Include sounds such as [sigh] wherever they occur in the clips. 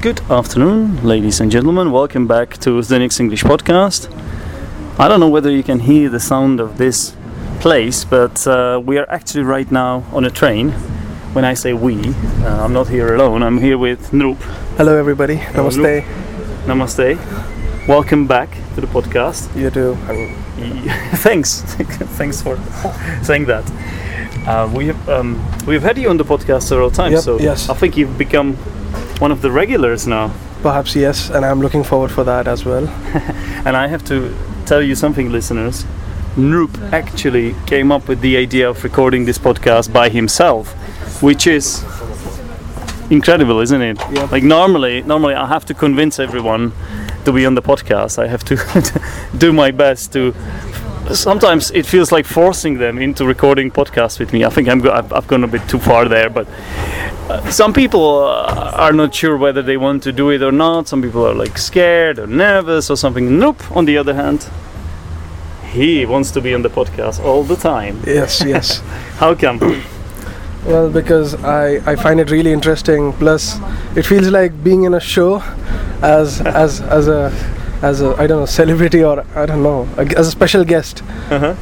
Good afternoon, ladies and gentlemen. Welcome back to the Next English podcast. I don't know whether you can hear the sound of this place, but uh, we are actually right now on a train. When I say we, uh, I'm not here alone. I'm here with Noop. Hello, everybody. Namaste. Namaste. Welcome back to the podcast. [laughs] You too. Y- Thanks, [laughs] thanks for saying that. Uh, we have um, we've had you on the podcast several times, Yep, so yes. I think you've become one of the regulars now. Perhaps yes, and I'm looking forward for that as well. And I have to tell you something, listeners. Noop actually came up with the idea of recording this podcast by himself, which is incredible, isn't it? Yep. Like normally, normally I have to convince everyone to be on the podcast. I have to [laughs] do my best to. Sometimes it feels like forcing them into recording podcasts with me. I think I'm go- I've, I've gone a bit too far there, but uh, some people uh, are not sure whether they want to do it or not. Some people are like scared or nervous or something. Nope. On the other hand, he wants to be on the podcast all the time. [laughs] Yes, yes. How come? well, because I, I find it really interesting. Plus, it feels like being in a show as as as a as a I don't know celebrity or I don't know a g- as a special guest. Uh-huh.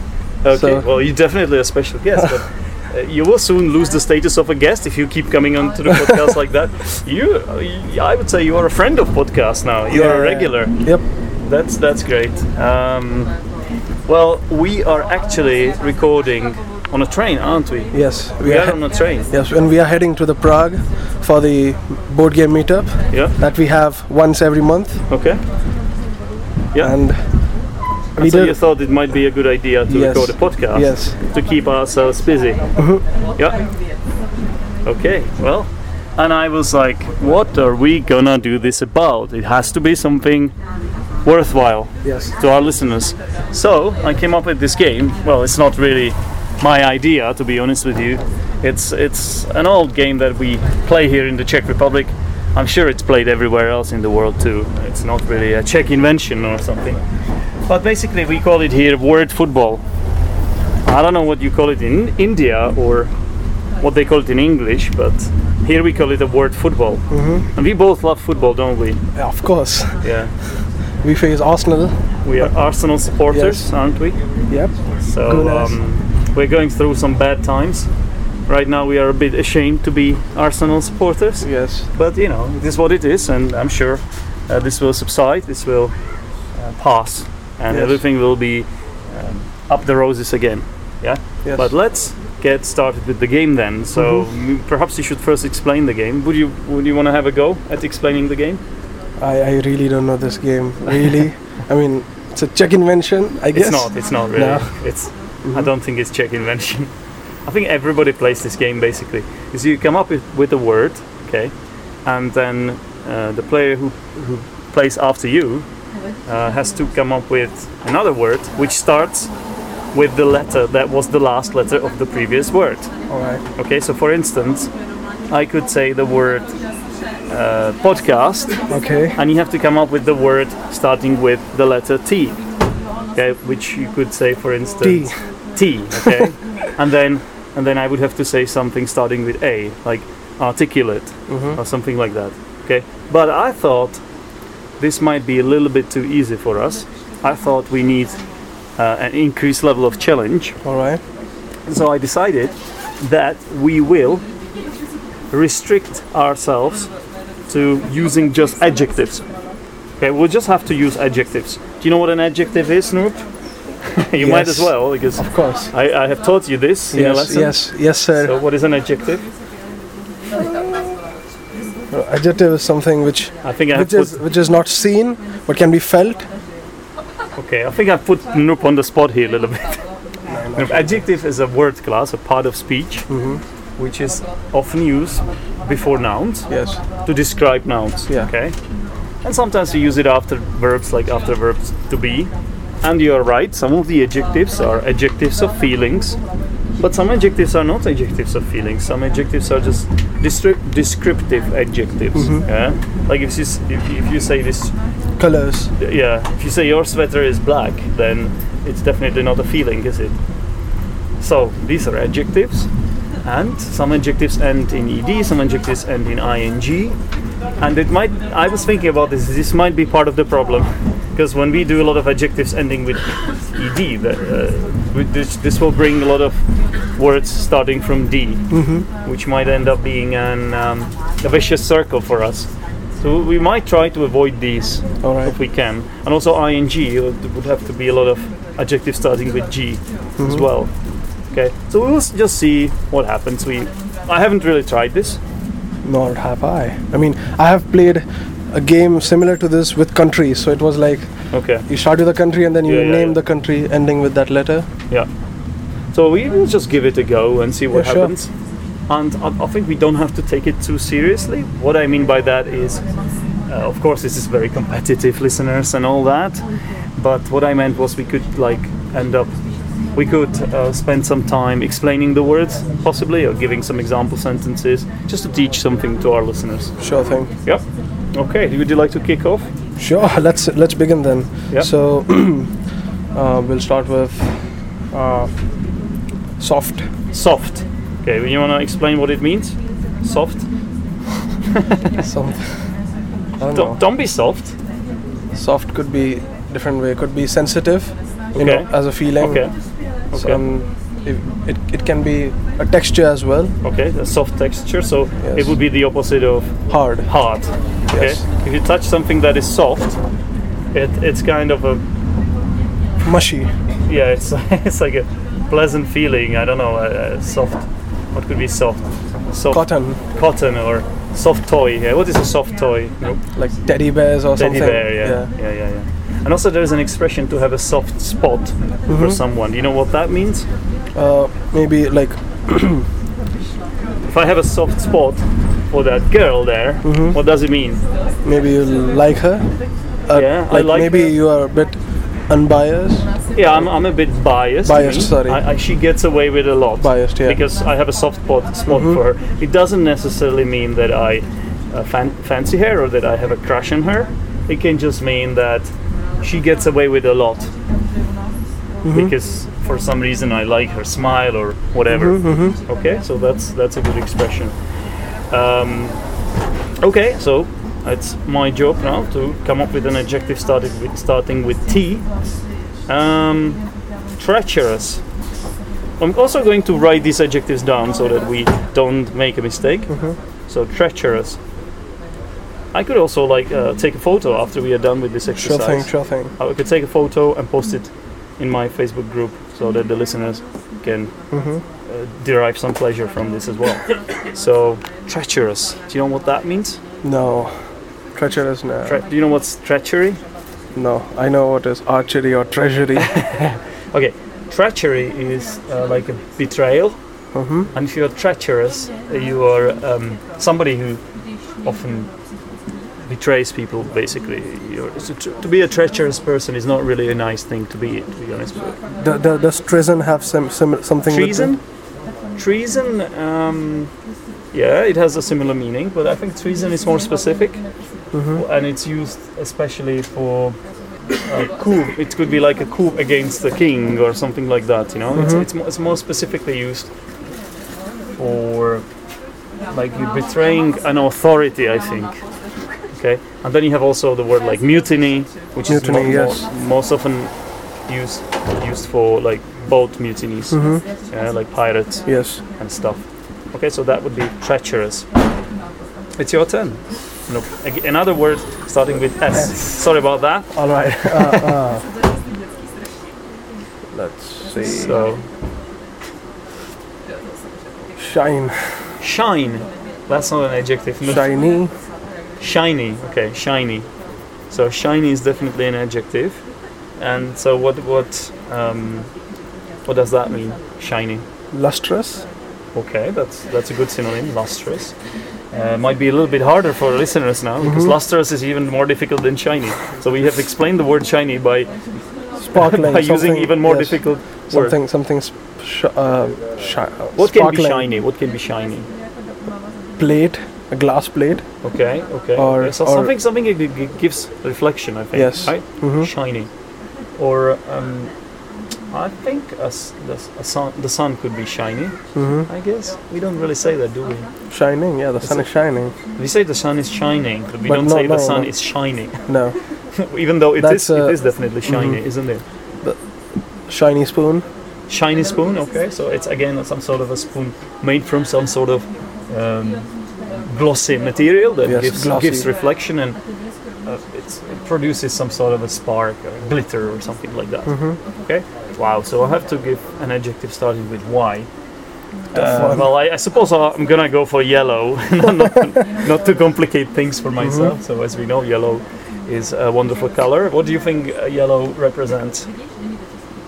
Okay, So- well, you're definitely a special guest, [laughs] but uh, you will soon lose the status of a guest if you keep coming on to the podcast like that. You, uh, I would say, you are a friend of podcast now. You are a Yeah. regular. Yep. That's that's great. Um, well, we are actually recording on a train, aren't we? Yes. We are on a train. yes, and we are heading to the Prague for the board game meetup Yeah. that we have once every month, Okay. Yeah. and we so did- you thought it might be a good idea to Yes. record a podcast Yes. Uh-huh. to keep ourselves busy. Yeah. Okay. Well, and I was like, what are we gonna do this about? It has to be something worthwhile Yes. to our listeners. So I came up with this game. Well, it's not really my idea, to be honest with you. It's it's an old game that we play here in the Czech Republic. I'm sure it's played everywhere else in the world too. It's not really a Czech invention or something. But basically, we call it here word football. I don't know what you call it in India or what they call it in English, but here we call it a word football. And we both love football, don't we? Of course, Yeah. we face Arsenal. We are Arsenal supporters, Yes. aren't we? Yep. So Goodness. um, we're going through some bad times. Right now, we are a bit ashamed to be Arsenal supporters, Yes. but you know, it is what it is, and I'm sure uh, this will subside, this will uh, pass, and Yes. everything will be um, up the roses again. Yeah? Yes. Mm-hmm. But let's get started with the game then. So m- perhaps you should first explain the game. Would you would you want to have a go at explaining the game? I, I really don't know this game. Really, I mean, it's a Czech invention, I guess. It's not. It's not really. No. It's. I don't think it's Czech invention. [laughs] I think everybody plays this game basically. Is you come up with, with a word, okay, and then uh, the player who who plays after you uh, has to come up with another word which starts with the letter that was the last letter of the previous word. All right. Okay, so for instance, I could say the word uh, podcast, Okay. and you have to come up with the word starting with the letter T. Okay, which you could say, for T. instance, T. Okay, [laughs] and then and then I would have to say something starting with A, like articulate Mhm. or something like that. Okay, but I thought this might be a little bit too easy for us. I thought we need uh, an increased level of challenge, All right. so I decided that we will restrict ourselves to using just adjectives. Okay, we'll just have to use adjectives. Do you know what an adjective is, Snoop? [laughs] you might as Yes. well, because Of course. I, I have taught you this in a yes. lesson. Yes. Yes, sir. So, what is an adjective? Adjective is something which I think I have which is put, which is not seen but can be felt. okay. I think I put Snoop on the spot here a little bit. [laughs] Snoop, adjective is a word class, a part of speech, Mm-hmm. which is often used before nouns. Yes. to describe nouns. Yeah. Okay. And sometimes you use it after verbs, like after verbs to be. And you are right. Some of the adjectives are adjectives of feelings, but some adjectives are not adjectives of feelings. Some adjectives are just descrip- descriptive adjectives. Yeah. Like if you s- if, if you say this, Colors. yeah, if you say your sweater is black, then it's definitely not a feeling, is it? So these are adjectives. and some adjectives end in ed, some adjectives end in ing, and it might. I was thinking about this. This might be part of the problem because when we do a lot of adjectives ending with ed, that, uh, with this, this will bring a lot of words starting from d, Mm-hmm. which might end up being an, um, a vicious circle for us. So we might try to avoid these All right. if we can, and also ing it would would have to be a lot of adjectives starting with g Mm-hmm. as well. Okay, so we'll s- just see what happens. We, I haven't really tried this. Nor have I. I mean, I have played a game similar to this with countries. So it was like Okay, you start with a country and then you Yeah, yeah, name yeah. the country ending with that letter. yeah. So we will just give it a go and see what Yeah, sure. happens. And I, I think we don't have to take it too seriously. What I mean by that is, uh, of course, this is very competitive, listeners, and all that. But what I meant was we could like end up. We could uh, spend some time explaining the words, possibly, or giving some example sentences, just to teach something to our listeners. Sure thing. Yep. Okay. Would you like to kick off? Sure. Let's let's begin then. Yeah. So [clears throat] uh, we'll start with uh, soft. Soft. Okay. well, You want to explain what it means? Soft. Some. I don't Don't, know. don't be soft. Soft could be different way. Could be sensitive. You know, Okay. as a feeling. Okay. Okay. Some. It, it, it can be a texture as well. Okay. The soft texture. So it Yes. would be the opposite of Hard. hard. Okay. Yes. If you touch something that is soft, it, it's kind of a Mushy. yeah. It's [laughs] it's like a pleasant feeling. I don't know. Uh, uh, soft. What could be soft? Soft Cotton. cotton or soft toy. Yeah. What is a soft toy? Nope. Like teddy bears or Teddy something. bear, yeah. yeah, yeah, yeah. And also, there's an expression to have a soft spot for someone. Do you know what that means? Uh, maybe like If I have a soft spot for that girl there, what does it mean? maybe you like her. Uh, Yeah, I like, like maybe her. you are a bit unbiased. Yeah, I'm, I'm a bit biased. Biased, me. sorry. I, I, she gets away with a lot. Biased, yeah. Mm-hmm. Because I have a soft spot, spot for her. It doesn't necessarily mean that I uh, fan, fancy her or that I have a crush on her. It can just mean that she gets away with a lot. Mm-hmm. Because for some reason I like her smile or whatever. Mm-hmm, Okay, so that's that's a good expression. Um, okay, so it's my job now to come up with an adjective started with, starting with T. Um, treacherous. I'm also going to write these adjectives down so that we don't make a mistake. Mm-hmm. So treacherous. I could also like uh, take a photo after we are done with this Sure exercise. thing, sure thing. I could take a photo and post it in my Facebook group so that the listeners can Mm-hmm. uh, derive some pleasure from this as well. [coughs] so treacherous. Do you know what that means? No, treacherous. No, Tre- do you know what's treachery? no. I know what is archery [laughs] or treasury. [laughs] Okay, treachery is uh, like a betrayal, hmm and if you're treacherous, you are um, somebody who often betrays people. Basically, you're, so tr- to be a treacherous person is not really a nice thing to be. To be honest, with you. Do, do, does treason have some, some something? with treason, treason. Um, yeah, it has a similar meaning, but I think treason is more specific, Mm-hmm. Mm-hmm. and it's used especially for. A coup. It could be like a coup against the king or something like that. You know, it's, Mm-hmm. it's, mo- it's more specifically used for like you betraying an authority. I think. Okay, and then you have also the word like mutiny, which Mutiny, is mo- yes. mo- most often used used for like boat mutinies, Mm-hmm. yeah, like pirates it? Yes. and stuff. Okay, so that would be treacherous. It's your turn. Look, ag- another word starting with S. Sorry about that. All [laughs] right. Uh, uh. Let's see. So, Shine, shine. That's not an adjective. no. shiny. Shiny. Okay, shiny. So shiny is definitely an adjective. And so what what um, what does that mean? Shiny. lustrous. Okay, that's that's a good synonym. Lustrous. Uh, might be a little bit harder for our listeners now because lustrous is even more difficult than shiny. So we have explained the word shiny by [laughs] Sparkling. by using something- even more yes, difficult words. Something, something sp- sh- uh, shi- uh, What can be sparkling. shiny? What can be shiny? Plate, a glass plate. Okay, okay. Or- okay. So or- something something that Mm-hmm. Hmm? gi- gi- gives reflection, I think. Yes. Right? Mhm. Shiny, or um, I think a s the, s- a sun, the sun could be shiny. hmm I guess we don't really say that, do we? Shining, yeah, the sun is shining. We say the sun is shining, but we But don't no, say the no, sun no. is shining, [laughs] No, even though it That's, is. it uh, is definitely shiny, isn't it? shiny spoon. Shiny spoon. Okay, so it's again some sort of a spoon made from some sort of um, glossy material that Yes, gives, glossy. gives reflection and uh, it's, it produces some sort of a spark, or glitter, or something like that. hmm Okay. Wow. So I have to give an adjective starting with Y. Tough Uh, one. well, I, I suppose I- I'm gonna go for yellow, [laughs] not, not to complicate things for myself. So as we know, yellow is a wonderful color. What do you think uh, yellow represents?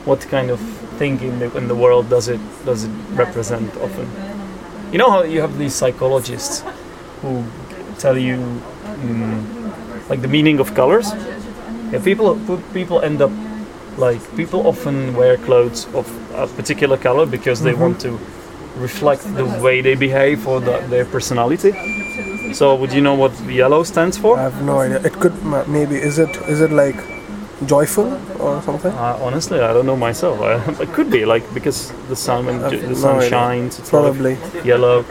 What kind of thing in the, in the world does it does it represent often? You know how you have these psychologists who tell you mm, like the meaning of colors. Yeah, people who- people end up like people often wear clothes of a particular color because they Mhm. want to reflect the way they behave or the, their personality. So would you know what yellow stands I for? have no idea. It could ma- maybe is it is it like joyful or something? Uh, honestly, I don't know myself. [laughs] I, it could be like because the sun when I've ju- the no sun idea. shines, it's sort of Probably. yellow.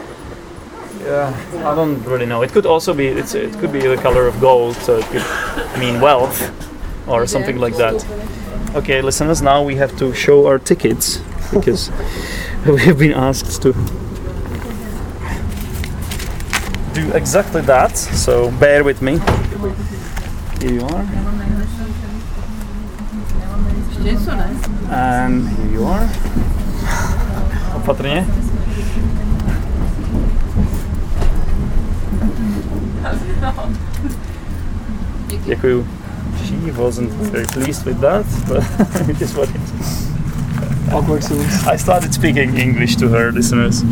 Yeah, I don't really know. It could also be it's, it could be the color of gold, so it could mean wealth or something like that. Okay, listeners, now we have to show our tickets because [laughs] we have been asked to do exactly that. So bear with me. Here you are, Ještě jsou, ne? eh? and here you are. Opatrně. Díky. Děkuju. She wasn't very pleased with that, but [laughs] it is what it is. Awkward scenes. I started speaking English to her listeners,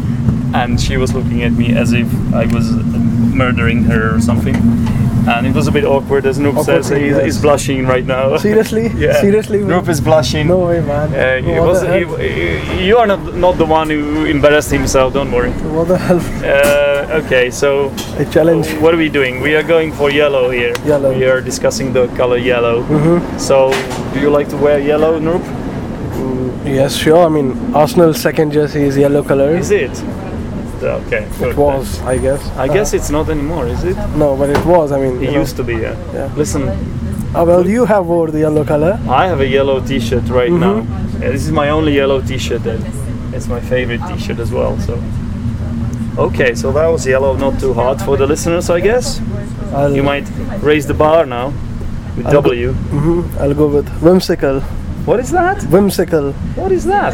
and she was looking at me as if I was murdering her or something. And it was a bit awkward, as Noob Awkward, says, he yes. he's blushing right now. Seriously? [laughs] Yeah. Seriously? we- Noob is blushing. No way, man. Uh, it what, was, the hell? he- he- you are not, not the one who embarrassed himself, don't worry. what the hell? Uh, okay, so A challenge. what are we doing? We are going for yellow here. Yellow. Mm-hmm. We are discussing the color yellow. So, do you like to wear yellow, Noob? Yes, sure. I mean, Arsenal's second jersey is yellow color. Is it? Okay. It good. was, uh, I guess. I guess it's not anymore, is it? No, but it was. I mean, It you know. used to be, yeah. Yeah. Listen, Ah, well, you have wore the yellow color. I have a yellow t shirt right Mhm. now. Yeah, this is my only yellow t shirt, and it's my favorite t shirt as well. So, okay, so that was yellow, not too hard for the listeners, I guess. I'll, You might raise the bar now with I'll go- W. Mhm, I'll go with whimsical. What is that? Whimsical. What is that?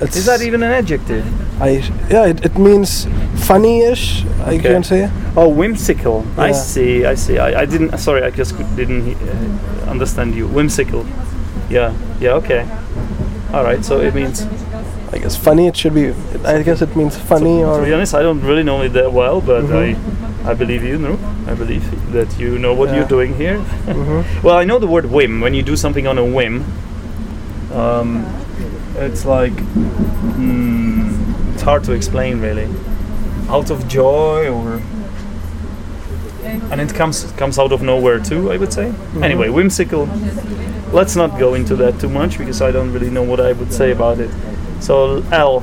It's, Is that even an adjective? I yeah, it, it means funny-ish. I Okay. can say. Oh, whimsical. I Yeah. see. I see. I, I didn't. Sorry, I just could, didn't uh, understand you. Whimsical. Yeah. Yeah. Okay. All right. So it means. I guess funny. It should be. I guess it means funny To be or. honest, I don't really know it that well, but Mhm. I, I believe you know. I believe that you know what you're Yeah. doing here. [laughs] Mhm. well, I know the word whim. When you do something on a whim, um, it's like mm, it's hard to explain really. Out of joy or. And it comes comes out of nowhere too, I would say. Anyway, whimsical. Let's not go into that too much because I don't really know what I would say about it. So L.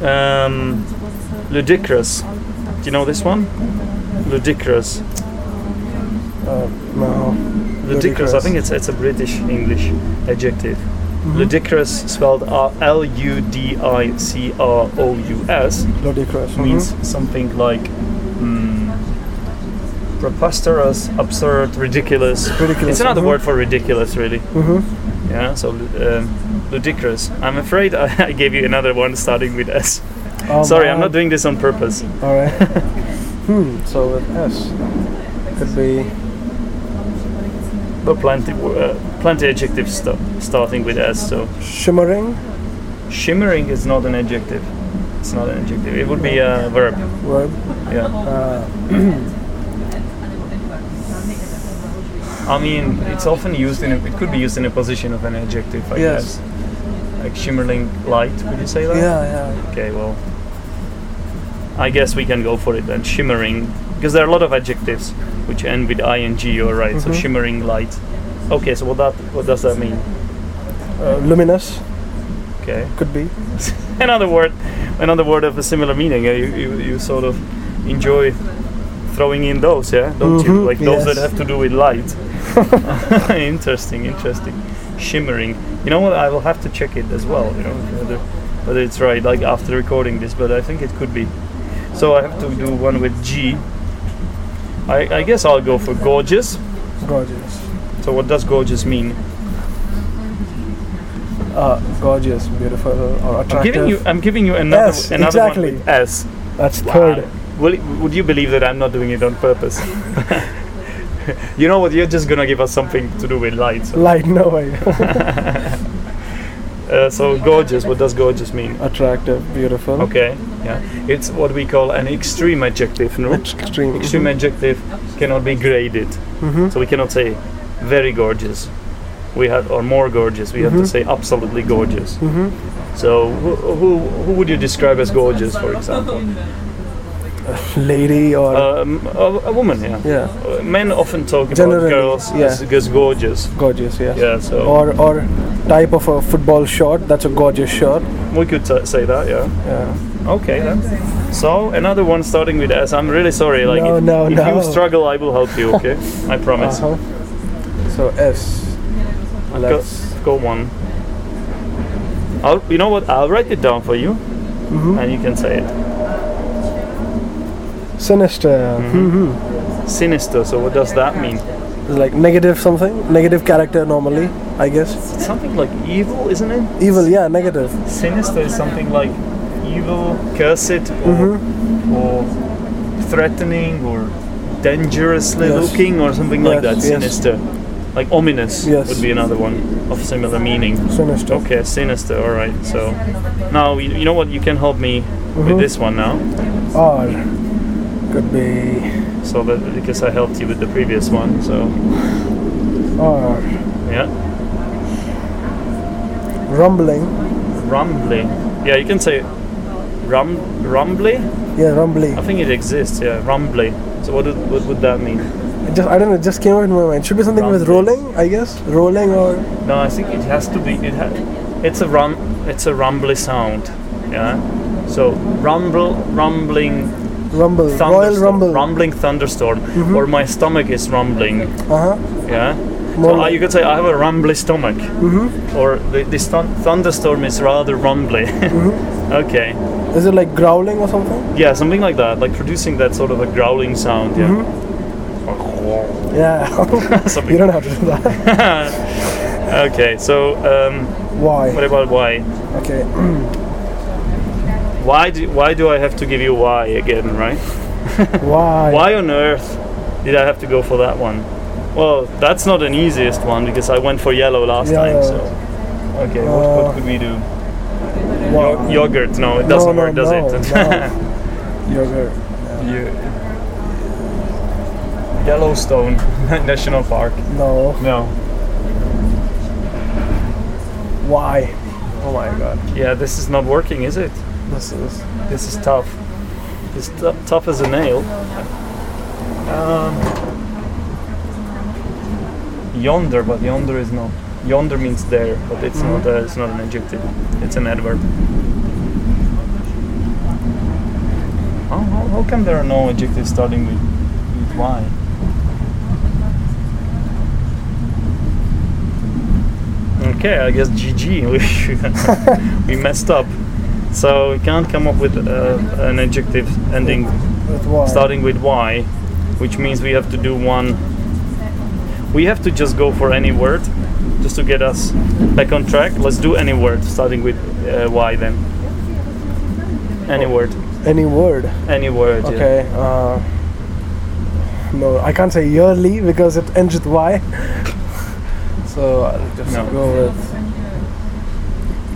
Um, ludicrous. Do you know this one? Ludicrous. Uh, no. Ludicrous. I Ludicrous. think it's it's a British English adjective. Mm-hmm. Ludicrous, spelled R- L-U-D-I-C-R-O-U-S, Ludicrous. mhm. means something like mm, preposterous, absurd, ridiculous. Ridiculous, It's another mhm. word for ridiculous, really. Mhm. Yeah. So um, ludicrous. I'm afraid I, [laughs] I gave you another one starting with S. Oh, Sorry, I'm man. not doing this on purpose. All [laughs] right. hmm. So with S, could be But plenty, uh, plenty adjectives st- starting with S. So shimmering. shimmering is not an adjective. It's not an adjective. It would be a verb. Verb. Yeah. Uh, I mean, it's often used in. A, it could be used in a position of an adjective. I Yes. guess. Like shimmering light. Would you say that? yeah, yeah. Okay. Well, I guess we can go for it then. Shimmering, because there are a lot of adjectives which end with ing. You're right. So Mhm. shimmering light. Okay. So what that what does that mean? uh, luminous Okay. could be. Another word, another word of a similar meaning. eh? You, you, you sort of enjoy throwing in those, yeah, don't you? Mhm, Like those that yes. have to do with light. [laughs] interesting, interesting. Shimmering. You know what? I will have to check it as well. You know whether whether it's right. Like after recording this, but I think it could be. So I have to do one with G. I, I guess I'll go for gorgeous. Gorgeous. So what does gorgeous mean? Uh, gorgeous, beautiful, or attractive. I'm giving you I'm giving you another S, another exactly. one with S. That's Wow. third. Will, would you believe that I'm not doing it on purpose? [laughs] you know what? You're just gonna give us something to do with lights. Light, no way. [laughs] Uh, so gorgeous. What does gorgeous mean? attractive, beautiful. Okay. Yeah. It's what we call an extreme adjective. [laughs] No. Extreme. Extreme adjective cannot be graded, Mhm. so we cannot say very gorgeous. We have or more gorgeous. We have to Mhm. say absolutely gorgeous. Mhm. So who, who who would you describe as gorgeous, for example? Lady or Um, a, a woman. Yeah. yeah, Uh, Men often talk about Generally, girls yeah. as, as gorgeous. gorgeous. Yes. Yeah, so Or or type of a football shot. That's a gorgeous shot. we could t- say that, yeah. Yeah. Okay, then. So another one starting with S. I'm really sorry. Like, No, if, no, if no. you struggle, I will help you. Okay, I promise. Uh-huh. So S. Go, Let's. go one. I'll, you know what? I'll write it down for you, Mhm. and you can say it. Sinister. hmm Sinister. So what does that mean? Like negative something. Negative character normally, I guess. It's something like evil, isn't it? Evil. Yeah. Negative. Sinister is something like evil, cursed, or, Mm-hmm. or threatening, or dangerously Yes. looking, or something like that. Yes, yes. Sinister, like ominous, Yes. would be another one of similar meaning. Sinister. Okay, sinister. All right. So now you, you know what? You can help me with Mhm. this one now, Or could be so that because I helped you with the previous one. So or yeah, rumbling. rumbly. Yeah, you can say rum rumbly. Yeah, rumbly. I think it exists. Yeah, rumbly. So what, would- what would that mean? It just I don't know. It just came out in my mind. Should be something with Rumbling. rolling, I guess. Rolling or No, I think it has to be. It ha- it's a rum. It's a rumbly sound. Yeah. So rumble, rumbling, rumble. Royal thunderstorm, rumble. Mm-hmm. rumbling thunderstorm, or my stomach is rumbling. uh huh. Yeah. More so uh, you could say I have a rumbly stomach, Mm-hmm. or the, this thun- thunderstorm is rather rumbly. Mm-hmm. [laughs] Okay. Is it like growling or something? Yeah, something like that, like producing that sort of a growling sound. Yeah. Yeah. [laughs] [laughs] Something. Mm-hmm. you don't have to do that. [laughs] Okay. So um, what Why? about why? Okay. Why do why do I have to give you why again, right? Why? Why on earth did I have to go for that one? Well, that's not an easiest one because I went for yellow last time. Yellow. So, okay, what, Uh, what could we do? Why? Yo- yogurt? No, it No, doesn't no, work, does no, it? [laughs] no. Yogurt. Yo- Yellowstone [laughs] National Park. No. No. Why? Oh my god. Yeah, this is not working, is it? This is. This is tough. It's tou- tough as a nail. Um, yonder, but yonder is not. Yonder means there, but it's not. A, it's not an adjective. It's an adverb. How, how, how come there are no adjectives starting with, with y? Okay, I guess [laughs] GG. we messed up. So we can't come up with uh, an adjective ending With why? starting with Y, which means we have to do one. We have to just go for any word, just to get us back on track. Let's do any word starting with uh, Y then. Any word, Any word. any word. yeah. Okay. Uh, no, I can't say yearly because it ends with Y. [laughs] so I'll just No. go with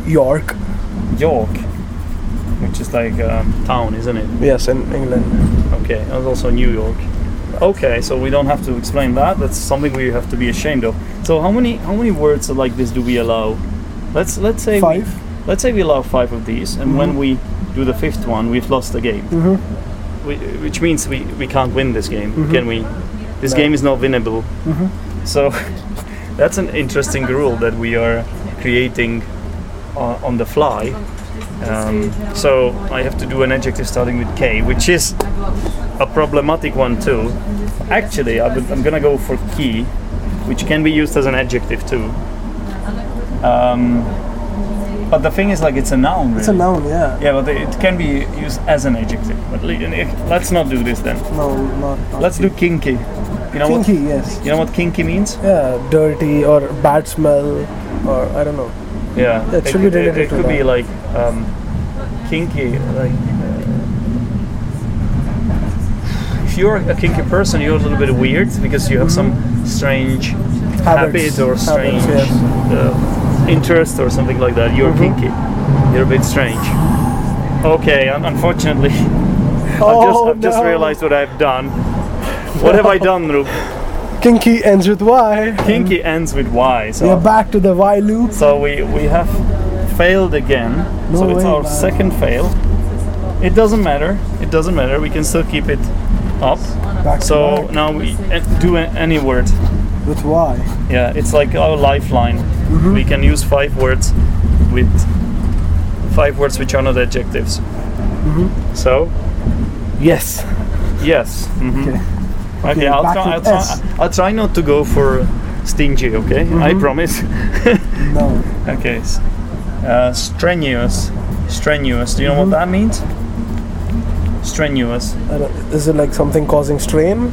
York. York, which is like um, town, isn't it? Yes, in England. Okay, and also New York. Okay, so we don't have to explain that. That's something we have to be ashamed of. So how many how many words like this do we allow? Let's let's say Five. We, let's say we allow five of these, and when we do the fifth one, we've lost the game. Mhm. We, which means we, we can't win this game, can we? This Mm-hmm. No. Mm-hmm. [laughs] game is not winnable. So that's an interesting rule that we are creating on, on the fly. Um, so I have to do an adjective starting with K, which is a problematic one too. Actually, I would, I'm gonna go for key, which can be used as an adjective too. Um, but the thing is, like, it's a noun. Really. It's a noun, yeah. Yeah, but it can be used as an adjective. But le- let's not do this then. No, not. not Let's do kinky. You know kinky, what? yes. You know what kinky means? Yeah, dirty or bad smell or I don't know. Yeah, That should be could- It, related to could be that. like um, kinky. Like uh, if you're a kinky person, you're a little bit weird because you have some strange Mm-hmm. Habits, habit or habits, strange yes. Mm-hmm. uh, interest or something like that. You're kinky. You're a bit strange. Okay, un- unfortunately, [laughs] I've, Oh, just, I've just realized what I've done. What have I done, [laughs] Rub? Kinky ends with Y. Kinky ends with Y, so We are back to the Y loop. So we, we have failed again. No so it's way, our man. second fail. It doesn't matter. It doesn't matter. We can still keep it up. Back to So back now we a- do a- any word. with Y. Yeah, it's like our lifeline. Mm-hmm. We can use five words with five words which are not adjectives. Mm-hmm. So Yes. yes. mhm. Okay. Okay, Okay, I'll, back try, with I'll, try, S. Mm-hmm. I'll try not to go for stingy. Okay, I promise. [laughs] No. Okay. s- Uh, strenuous. Strenuous. Do you know what Mm-hmm. that means? Strenuous. I don't- Is it like something causing strain?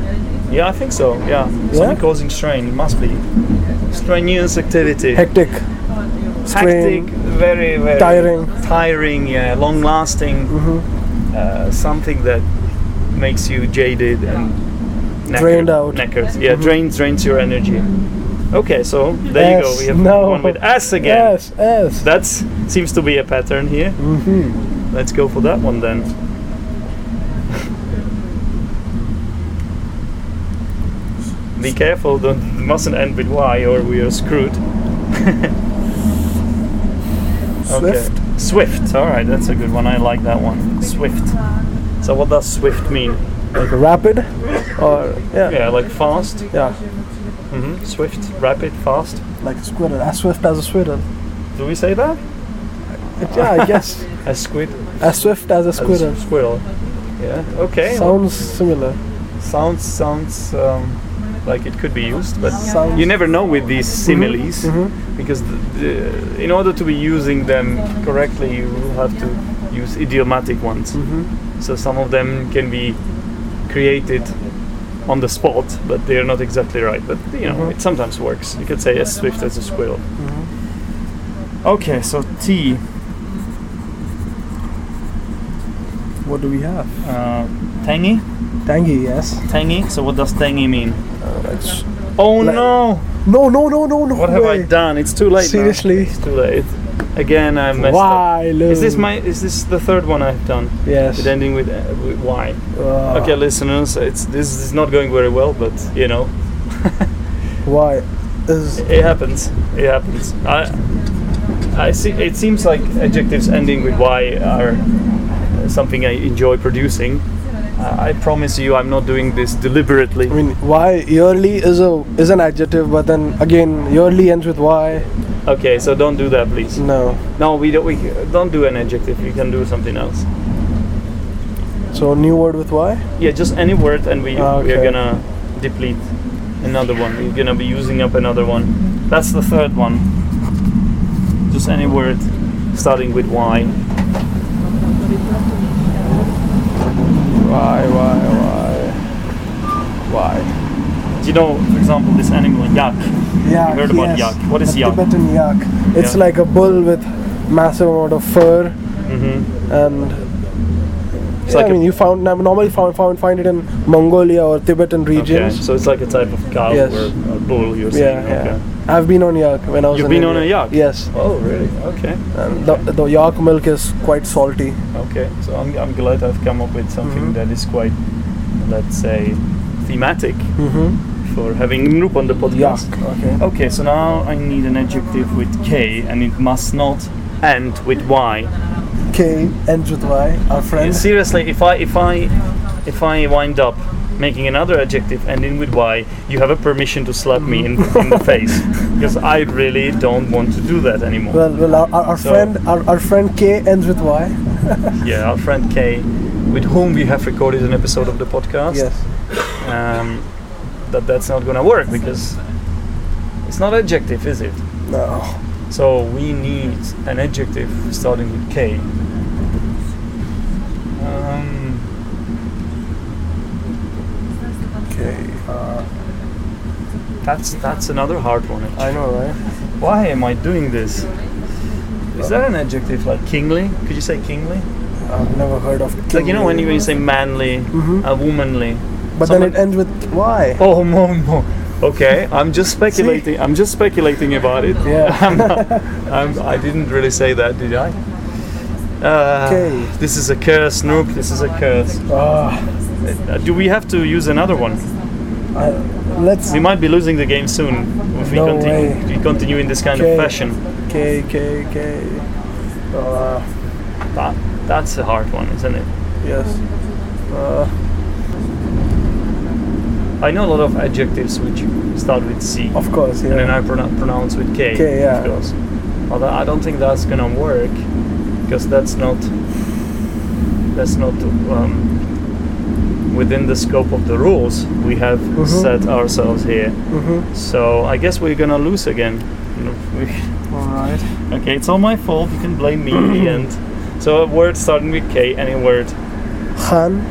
Yeah, I think so. Yeah. Something causing strain. It must be. Strenuous activity. Hectic. Hectic. strain. Very, very. Tiring. Tiring, yeah. Long lasting. Mm-hmm. Uh, something that makes you jaded and knackered, Drained out. Mm-hmm. Knackered. Yeah, drains, drains your energy. Okay, so there you go. S, We have no. one with S again. Yes, yes. That seems to be a pattern here. Mm-hmm. Let's go for that one then. Be careful, don't it mustn't end with Y or we are [laughs] screwed. Swift. Okay. Swift, alright, that's a good one. I like that one. Swift. So what does swift mean? Like rapid or yeah. Yeah, like fast. Yeah. hmm Swift, rapid, fast. Like a squirrel. As swift as a squirrel. Do we say that? Yeah, [laughs] I guess. A squid. As swift as a a s- squirrel. squirrel. Yeah. Okay. well, Sounds similar. sounds sounds um, like it could be used, but Sounds- you never know with these similes because the, the, in order to be using them correctly, you will have to use idiomatic ones. Mm-hmm. So some of them can be created on the spot, but they are not exactly right. But you know, it sometimes works. You could say as swift as a squirrel. Okay, so T. What do we have? Uh, tangy, Tangy, yes. tangy. So what does tangy mean? Like s- Oh Like- no! No, no, no, no, no. What have I way. done? It's too late. now. Seriously? it's too late. Again, I messed up. Why, Lou? Is this my? Is this the third one I've done? Yes. It ending with, uh, with Y. Uh, Okay, listeners, it's this is not going very well, but you know, Why? Is it happens. It happens. I, I see. It seems like adjectives ending with Y are uh, something I enjoy producing. Uh, I I promise you, I'm not doing this deliberately. I mean, why yearly is a is an adjective, but then again, yearly ends with Y. Okay, so don't do that, please. No. No, we don't. We don't do an adjective. You can do something else. So new word with Y. Yeah, just any word, and we Ah, we are okay. gonna deplete another one. We're gonna be using up another one. That's the third one. Just any word starting with Y. Why? Why? Why? Why? Do you know, for example, this animal yak? Yak. heard about yes. yak. What is the yak? Tibetan yak. It's Yeah. like a bull with massive amount of fur, Mm-hmm. and It's yeah, like I a- mean, you found I normally found found find it in Mongolia or Tibetan Okay, regions. so it's like a type of cow Yes. or a bull. You're Yeah, saying, okay. yeah. I've been on yak when I was. You've in been on India. a yak? Yes. Oh, really? Okay, And the, the yak milk is quite salty. okay. So I'm, I'm glad I've come up with something Mhm. that is quite, let's say, thematic Mm-hmm. for having Nup on the podcast. Yak. Okay. Okay, so now I need an adjective with K and it must not end with Y. K ends with Y, our friend. Seriously, if I if I if I wind up making another adjective ending with y, you have a permission to slap me [laughs] in, in the face because I really don't want to do that anymore. Well, well, our, our, our So- friend, our, our friend K ends with Y. [laughs] yeah, our friend Kay, with whom we have recorded an episode of the podcast, Yes. um, that that's not gonna work because it's not adjective, is it? No. So we need an adjective starting with K. Um, Okay. Uh, that's that's another hard one. I know, right? Why am I doing this? Is that an adjective like kingly? Could you say kingly? I've never heard of. Like you know when you, when you say manly, Mhm. uh, womanly. But someone- then it ends with Y. Oh, mo, mo. Okay, I'm just speculating. I'm just speculating about it. Yeah. [laughs] I'm not, I'm, I didn't really say that, did I? Uh, Okay. This is a curse, Noop. This is a curse. Ah, Uh, do we have to use another one? I- let's. We might be losing the game soon if we No continue. way. if we continue in this kind Okay. of fashion. K K K. Uh, That, that's a hard one, isn't it? yes. Uh, I know a lot of adjectives which start with C. of course. Oh, and Yeah. then I pronoun pronounce with K. K, yeah. Of course. Although I don't think that's gonna work because that's not that's not um, within the scope of the rules we have Mhm. set ourselves here. Mm-hmm. So I guess we're gonna lose [laughs] again. You know, we- All right. okay, it's all my fault. You can blame me [clears throat] in the end. So a word starting with K, any word, Khan.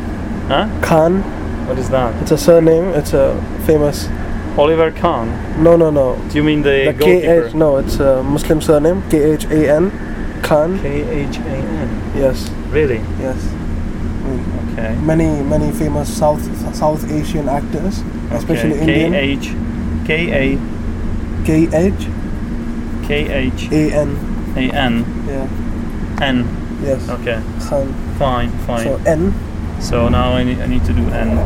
huh? Khan. What is that? It's a surname. It's a famous. Oliver Khan. No, no, no. Do you mean the, The K goalkeeper? H. No, it's a Muslim surname. K H A N. Khan. K H A N. Yes. Really? Yes. Mm. Okay. Many many famous South South Asian actors, especially K Indian. H K A K H K H A N. A N Yeah. N. Yes. Okay, Khan. fine, Oh, fine. So So, N. now I need, I need to do N.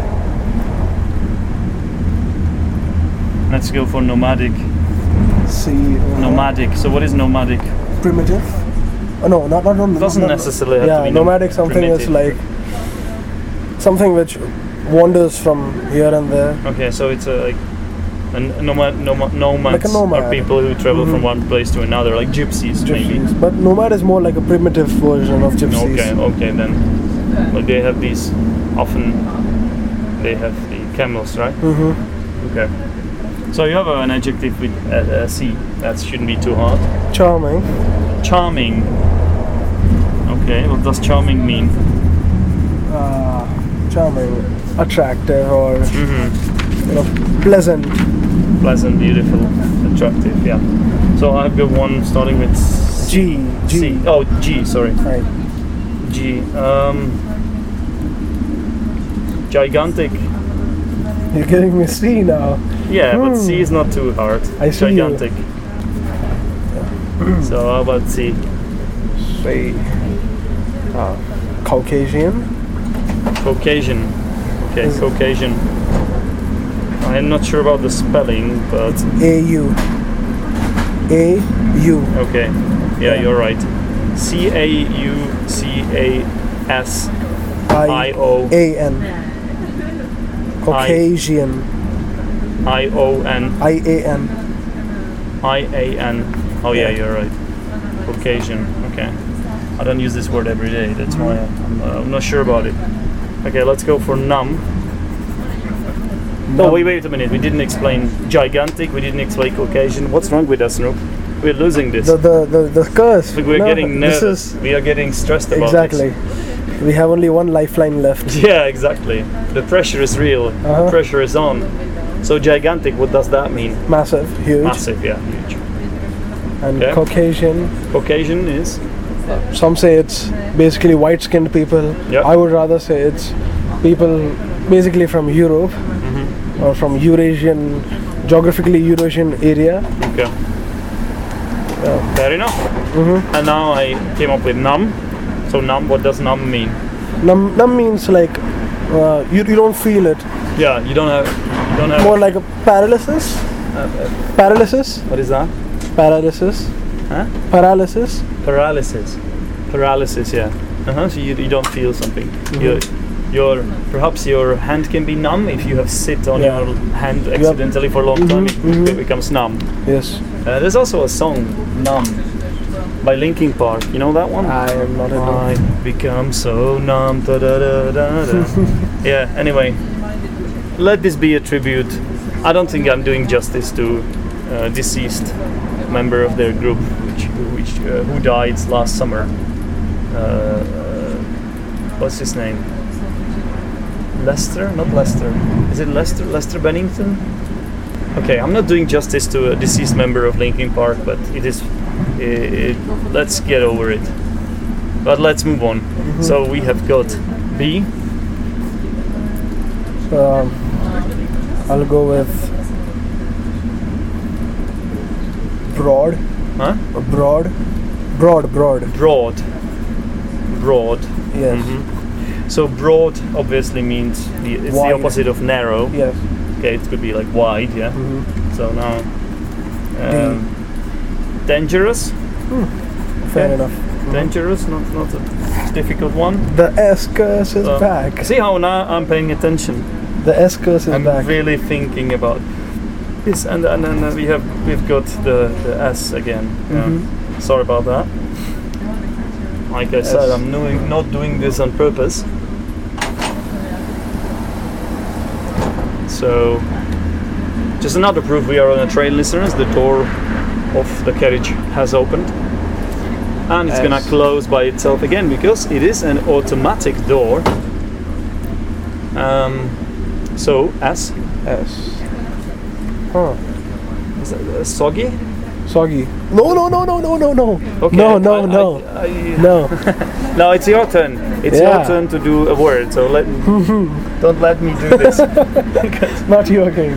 Let's go for nomadic. C. O. Nomadic. So what is nomadic? primitive. Oh, no, not not nom- Doesn't not- necessarily have yeah, to be nom- nomadic. Something is like primitive. something which wanders from here and there. Okay, so it's a like a n- nomad, nomad nomads nomad. are people who travel from Mhm. one place to another, like gypsies, maybe. Gypsies. But nomad is more like a primitive version of gypsies. Okay, okay then. But they have these often. They have the camels, right? hmm Okay. So you have an adjective with uh, uh, C. That shouldn't be too hard. Charming. Charming. Okay, what does charming mean? Uh, charming. Attractive or Mm-hmm. you know pleasant. Pleasant, beautiful, attractive, yeah. So I've got one starting with C. G. G. C. Oh, G, sorry. Right. G. Um, gigantic. You're getting me C now. Yeah, but C Hmm. is not too hard. I see you. Gigantic. so how about C? Say. Uh, Caucasian. Caucasian. Okay, Is- Caucasian. I am not sure about the spelling, but A U. A U. okay. Yeah, you're right. C A U C A S I O A N. Caucasian. I O N I A N. I A N. Oh yeah, Yeah. you're right. Caucasian. Okay. I don't use this word every day. That's why I'm, uh, I'm not sure about it. Okay, let's go for num. No, wait, wait a minute. We didn't explain gigantic. We didn't explain Caucasian. What's wrong with us, Noop? We're losing this. The, the, the, the curse. Look, we're No, getting nervous. This is we are getting stressed about exactly. this. We have only one lifeline left. [laughs] Yeah, exactly. The pressure is real. Uh-huh. The pressure is on. So gigantic. What does that mean? Massive, huge, Massive. Yeah, huge. and okay. Caucasian. Caucasian is Some say it's basically white-skinned people. Yeah. I would rather say it's people basically from Europe or from Eurasian, geographically Eurasian area. okay. Fair enough. Mm-hmm. And now I came up with numb. So numb. What does numb mean? Num, num means like uh, you, you don't feel it. Yeah, you don't have. You don't have. More like a paralysis. Paralysis. What is that? Paralysis. Huh? Paralysis. Uh-huh, Mm-hmm. Paralysis. Paralysis. Yeah. Uh huh. So you, you don't feel something. You your perhaps your hand can be numb if you have sit on Yeah. Mm-hmm. your hand accidentally for a long time. It, it becomes numb. Yes, Uh, there's also a song "Numb" by Linkin Park. You know that one? I am not at all. I become so numb. Da, da, da, da, da. [laughs] yeah. Anyway, let this be a tribute. I don't think I'm doing justice to uh, deceased member of their group, which, which uh, who died last summer. Uh, uh, what's his name? Lester? Not Lester. Is it Lester? Lester Bennington? Okay, I'm not doing justice to a deceased member of Linkin Park, but it is. It, it- let's get over it. But let's move on. Mm-hmm. So we have got B. Um, I'll go with broad, Huh? broad, broad, broad. Broad. Broad. Yes, So broad obviously means the, it's Wide. the opposite of narrow. yes. Okay, it could be like wide, yeah. Mhm. So now, um, dangerous. Mm-hmm. Fair Yeah. enough. Dangerous, not not a difficult one. The S curse is Uh, back. See how now I'm paying attention. The S curse is I'm back. really thinking about this, and and then uh, we have we've got the, the S again. Yeah. Mhm. Sorry about that. Like I said, S. I'm doing, not doing this on purpose. So, just another proof we are on a trail, listeners. The door of the carriage has opened. And it's gonna S. close by itself again because it is an automatic door. Um, so, S. S. Huh. Is that, uh, soggy? Soggy. No, no, no, no, no, no, no. Okay, No, I- no, I- no. I- I- No. [laughs] No, it's your turn. It's your Yeah. turn to do a word. So [laughs] let don't let me do this. Not you [laughs] again.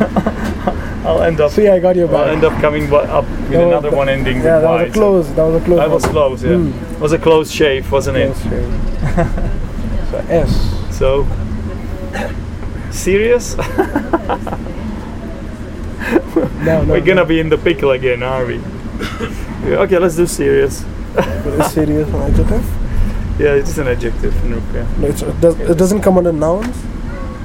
I'll end up. See, I got your I'll back. end up coming wa- up with That was another the- one ending Yeah, with that was Y. a so- close. That was a close. That was one. close. Yeah, Mm. was a close shave, wasn't it? Close shave. [laughs] so S. So serious. [laughs] No, no. We're gonna be in the pickle again, are we? [coughs] Yeah, okay, let's do serious. no. It's serious one adjective. Yeah, it's an adjective. No, yeah. No, it's, it, does, it doesn't come under nouns.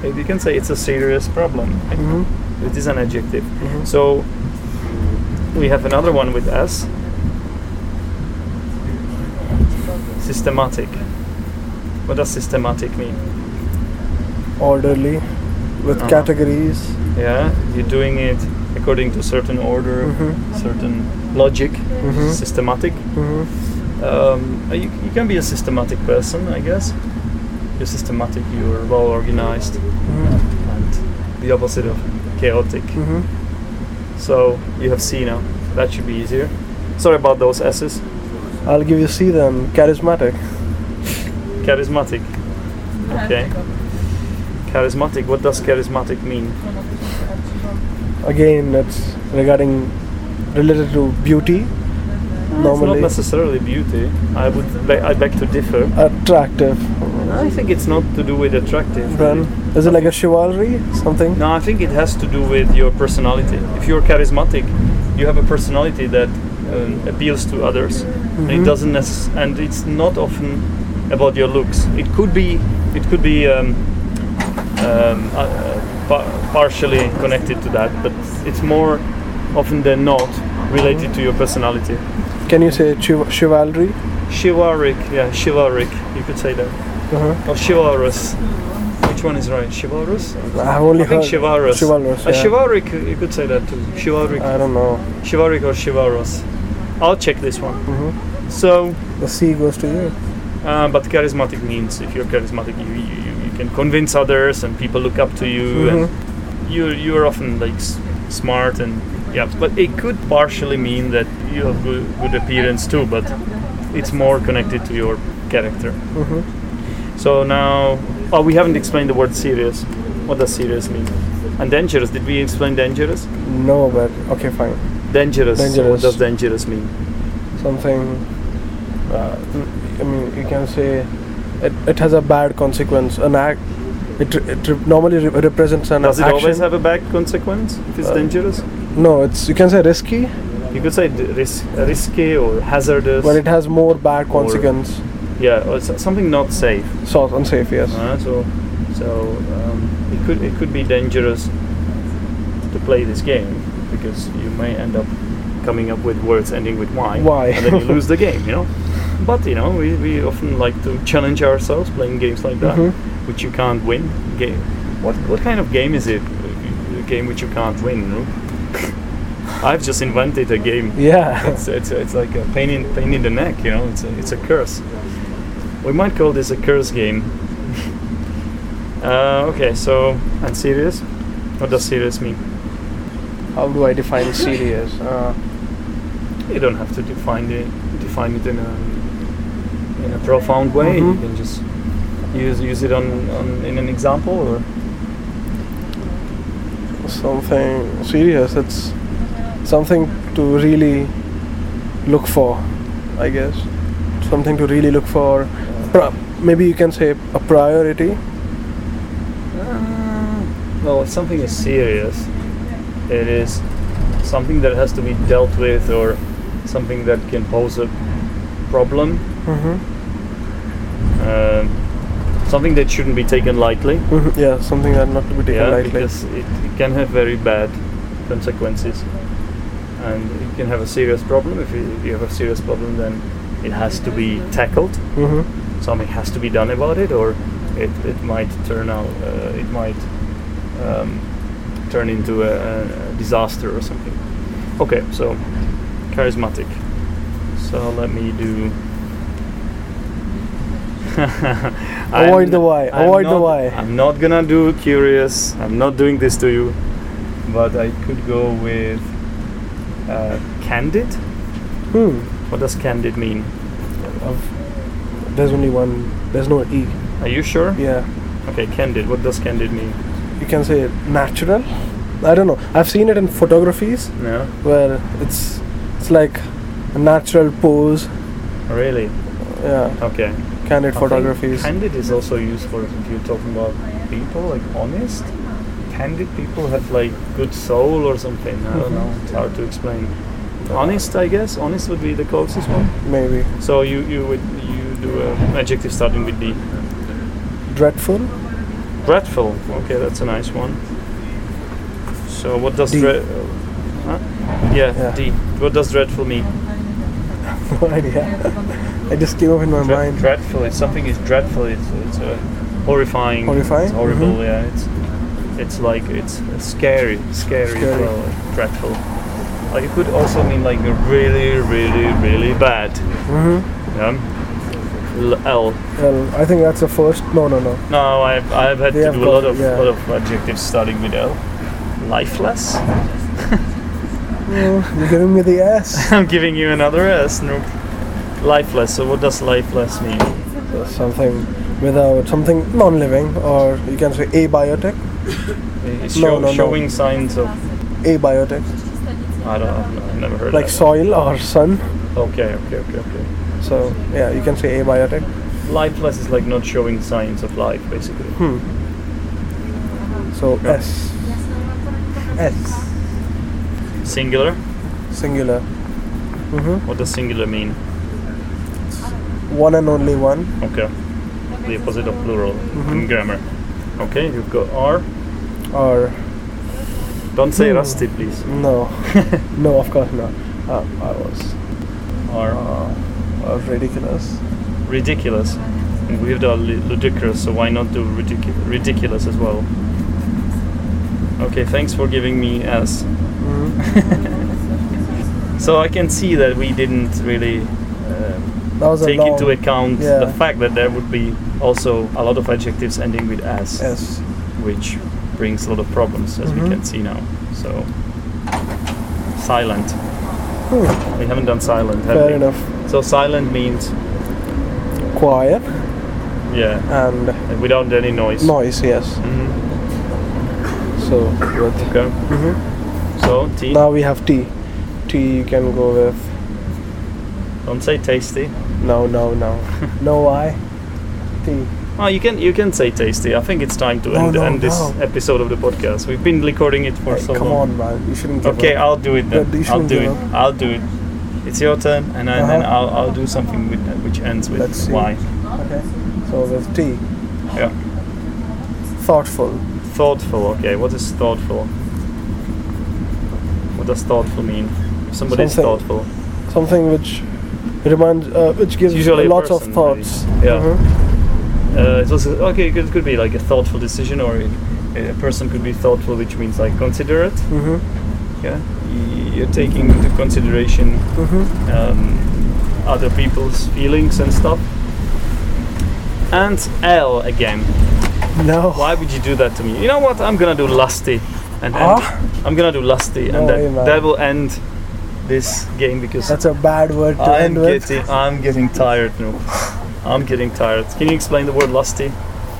And You can say it's a serious problem. Mhm. It is an adjective. Mm-hmm. So we have another one with S. Systematic. What does systematic mean? Orderly, with Uh-huh. categories. Yeah, you're doing it according to certain order, Mhm. certain logic, Mhm. systematic. hmm Um, you, you can be a systematic person, I guess. You're systematic, you're well organized, and the opposite of chaotic. hmm So you have C now. That should be easier. Sorry about those S's. I'll give you C then. Charismatic. Charismatic. Okay. Charismatic. What does charismatic mean? Again, it's regarding related to beauty. It's not Normally, necessarily beauty. I would. Be- I beg to differ. Uh, attractive. I think it's not to do with attractive. Then really. is it like a chivalry something? No, I think it has to do with your personality. If you're charismatic, you have a personality that um, appeals to others, and it Mhm. doesn't necess- and it's not often about your looks. It could be, it could be um, um, uh, uh, par- partially connected to that, but it's more often than not related to your personality. Can you say chiv- chivalry? Chivalric, yeah, chivalric. You could say that, Uh-huh. or chivalrous. Which one is right? Chivalrous. I've only I think heard chivalrous. Chivalrous. Uh, yeah. Uh, chivalric, you could say that too. Chivalric. I don't know. Chivalric or chivalrous? I'll check this one. Mhm. So, The C goes to you. uh, but charismatic means if you're charismatic, you, you, you- you can convince others and people look up to you, Mm-hmm. and you you're often like s- smart and yeah. But it could partially mean that you have good, good appearance too, but it's more connected to your character. Mhm. So now, oh, we haven't explained the word serious. What does serious mean? And dangerous? Did we explain dangerous? No, but okay, fine. Dangerous. So what Dangerous. does dangerous mean? Something. Uh, I mean, you can say it, it has a bad consequence. An act. It, re- it re- normally re- represents an Does it Uh, action. always have a bad consequence if it's Uh, dangerous? no, it's you can say risky, You could say d- ris- risky or hazardous. but it has more bad consequence. yeah, or s- something not safe. So unsafe, yes. Uh, so So um, it could it could be dangerous to play this game because you may end up coming up with words ending with y, Why? and then you lose [laughs] the game. You know. But you know, we, we often like to challenge ourselves playing games like that, Mhm. which you can't win. Game. What what kind of game is it? A game which you can't win. no? [laughs] I've just invented a game Yeah. [laughs] it's, it's, it's like a pain in pain in the neck, you know. It's a, it's a curse. We might call this a curse game. [laughs] uh, okay, so and serious. What does serious mean? [laughs] How do I define serious? Uh, You don't have to define it define it in a in a profound way. You Mhm. can just use use it on, on in an example or something serious. It's something to really look for, I guess. Something to really look for. Pro- maybe you can say a priority. Uh, well, if something is serious, it is something that has to be dealt with or something that can pose a problem, Mm-hmm. um, something that shouldn't be taken lightly. Mm-hmm. Yeah, something that not to be taken yeah, lightly. because it, it can have very bad consequences, and it can have a serious problem. If you, if you have a serious problem, then it has to be tackled. Mm-hmm. something has to be done about it, or it, it might turn out uh, it might um, turn into a, a disaster or something. Okay, so charismatic. So let me do. [laughs] Avoid the Y, I'm avoid the not- Y. I'm not gonna do curious. I'm not doing this to you, but I could go with uh, candid. Hmm. What does candid mean? Of- there's only one. There's no E. Are you sure? Yeah. Okay, candid. What does candid mean? You can say natural. I don't know. I've seen it in photographies No. where it's it's like a natural pose. Really? Yeah. Okay. Candid I photographies. think Candid is also used for if you're talking about people, like honest. Candid people have like good soul or something. I don't know. It's hard to explain. Honest, I guess. Honest would be the closest one. Maybe. So you you would you do an adjective starting with D. Dreadful. [laughs] Dreadful. Okay, that's a nice one. So what does D. dread? Huh? Yeah, Yeah. D. What does dreadful mean? No idea. I just came up in my Dre- mind. Dreadful. It's something is dreadful. It's it's uh, horrifying. Horrifying? It's horrible. Mhm. Yeah. It's it's like it's scary, scary, as Scary. well. Dreadful. Uh, it could also mean like really, really, really bad. Mm-hmm. Yeah. L- L. Well, I think that's the first. No, no, no. No, I've I've had They to have do a got- lot of yeah. lot of adjectives starting with L. Lifeless. [laughs] Oh, you're giving me the S. [laughs] I'm giving you another S. No. Lifeless. So what does lifeless mean? something without something non-living, or you can say abiotic. It's No, show, no, no. showing signs of. Abiotic, I don't. I've never heard. like that. soil or sun. Okay. Okay. Okay. Okay. So yeah, you can say abiotic. Lifeless is like not showing signs of life, basically. Hmm. So Yeah. S. S. Singular. Singular. Mm-hmm. What does singular mean? One and only one. Okay. The opposite of plural Mm-hmm. in grammar. Okay, you've got R. Or Don't say Hmm. rusty, please. [laughs] no. no, of course not. Uh, I was R. uh, uh, ridiculous. Ridiculous. And we've done li- ludicrous, so why not do ridicu- ridiculous as well? Okay, thanks for giving me S. [laughs] Mm-hmm. So I can see that we didn't really. Uh, That was take a long into account yeah. the fact that there would be also a lot of adjectives ending with s, S. which brings a lot of problems, as we Mhm. can see now. So silent. Hmm. We haven't done silent. Have we? Fair enough. So silent means Quiet yeah, and without any noise. noise. Yes. Mhm. So good. Okay. Mm-hmm. So tea. Now we have tea. Tea you can go with Don't say tasty. no, no, [laughs] no, no. I tea. Oh, you can you can say tasty. I think it's time to No, end, no, end this no. episode of the podcast. We've been recording it for Hey, so come long. on, man. You shouldn't. Give Okay, up. I'll do it Yeah, then. you I'll shouldn't do it. give up. I'll do it. It's your turn, and I- then Uh-huh. I'll, I'll do something with, which ends with Let's see. Y. Okay. So with tea. Yeah. thoughtful. Thoughtful. Okay, what is thoughtful? What does thoughtful mean? If somebody is Something- thoughtful. Something which reminds, uh, which gives Usually a lots of person, right? thoughts. Yeah. Mhm. Uh, it was okay. It could, could be like a thoughtful decision, or a, a person could be thoughtful, which means like considerate. Mhm. Yeah, you're taking into consideration Mhm. um, other people's feelings and stuff. And L again. No. Why would you do that to me? You know what? I'm gonna do lusty, and end- Ah. I'm gonna do lusty, No and way, that, man. that will end this game because That's a bad word to I'm end with. getting I'm getting tired now. I'm getting tired. Can you explain the word lusty?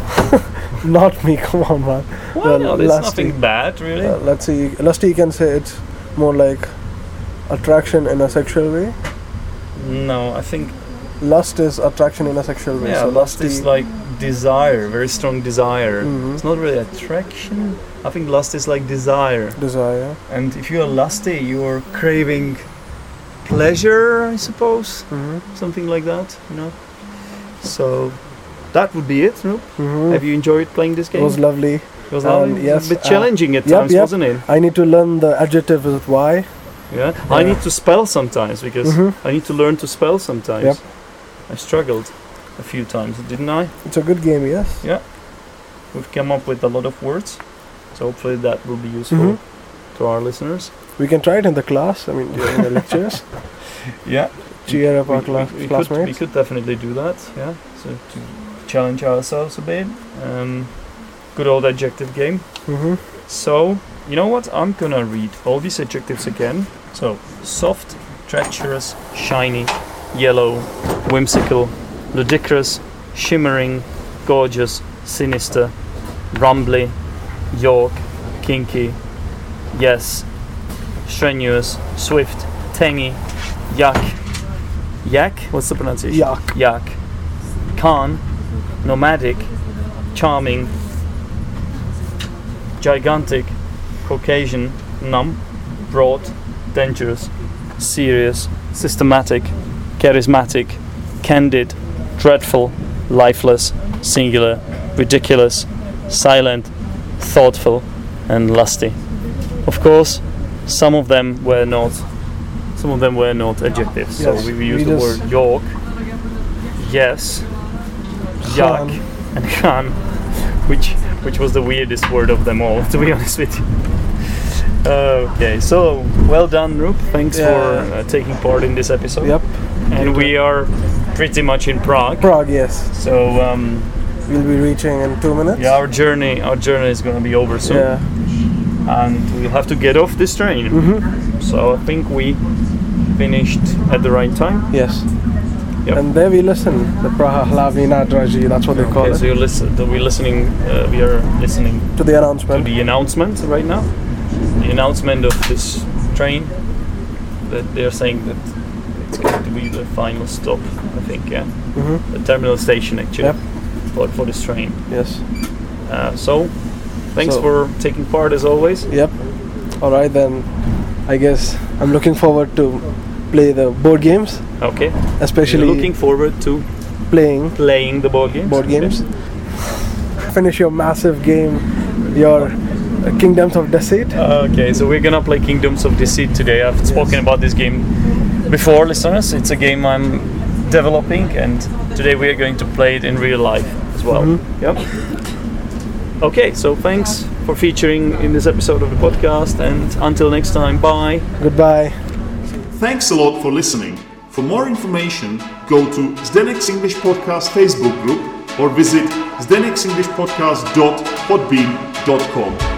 [laughs] Not me. Come on, man. Well, Well, no, there's lusty. nothing bad really. Uh, let's see. Lusty, you can say it's more like attraction in a sexual way. no, I think Lust is attraction in a sexual way. yeah, so lust lusty. is like desire, very strong desire. Mhm. It's not really attraction. I think lust is like desire, desire. and if you are lusty, you are craving pleasure, I suppose, hmm something like that. You know. So that would be it. No? hmm Have you enjoyed playing this It game? was lovely. It was um, lovely. It was yes, a bit uh, challenging at yep, times, yep. wasn't it? I need to learn the adjective with Y. Yeah. I Yeah. need to spell sometimes because Mhm. I need to learn to spell sometimes. Yep. I struggled a few times, didn't I? It's a good game, yes. We've come up with a lot of words, so hopefully that will be useful Mhm. to our listeners. We can try it in the class. I mean, [laughs] during the lectures. Yeah, Cheer up we, our class, we- we could, we classmates. could definitely do that. Yeah, so to challenge ourselves a bit. Um, good old adjective game. hmm So, you know what? I'm gonna read all these adjectives again. So, soft, treacherous, shiny, yellow, whimsical, ludicrous, shimmering, gorgeous, sinister, rumbly, york, kinky, yes, strenuous, swift, tangy, yak. Yak? What's the pronunciation? Yak. Yak. Khan, nomadic, charming, gigantic, Caucasian, numb, broad, dangerous, serious, systematic, charismatic, candid, dreadful, lifeless, singular, ridiculous, silent, thoughtful, and lusty. Of course, some of them were not. Some of them were not adjectives. Yes, so we, we used we the just- word York, yes, yak, Khan. and Khan, which which was the weirdest word of them all, [laughs] to be honest with you. Uh, Okay, so well done, Roop. Thanks for Yeah. uh, taking part in this episode. Yep. And we are pretty much in Prague. Prague, yes. So um, We'll be reaching in two minutes. yeah, our journey our journey is gonna be over soon, Yeah. and we'll have to get off this train. Mm-hmm. So I think we finished at the right time. Yes. Yep. And there we listen. The Praha Hlavina Draji, that's what they call Okay, so it. you're listen. We're listening. Uh, we are listening To the to announcement. the announcement right now. The announcement of this train that they're saying that it's going to be the final stop. I think yeah, Mhm. the terminal station actually Yep. for for this train. Yes. Uh, so, thanks So- for taking part as always. Yep. Alright then. I guess I'm looking forward to play the board games. Okay, Especially looking forward to playing playing the board games. board games. Finish your massive game, your uh, Kingdoms of Deceit. [laughs] Uh, Okay, so we're gonna play Kingdoms of Deceit today. I've spoken about this game before, listeners. It's a game I'm developing, and today we are going to play it in real life as well. Yep. Okay, so thanks for featuring in this episode of the podcast, and until next time, bye. Goodbye. Thanks a lot for listening. For more information, go to Zdenek's English Podcast Facebook group or visit zdenek'senglishpodcast.podbean.com.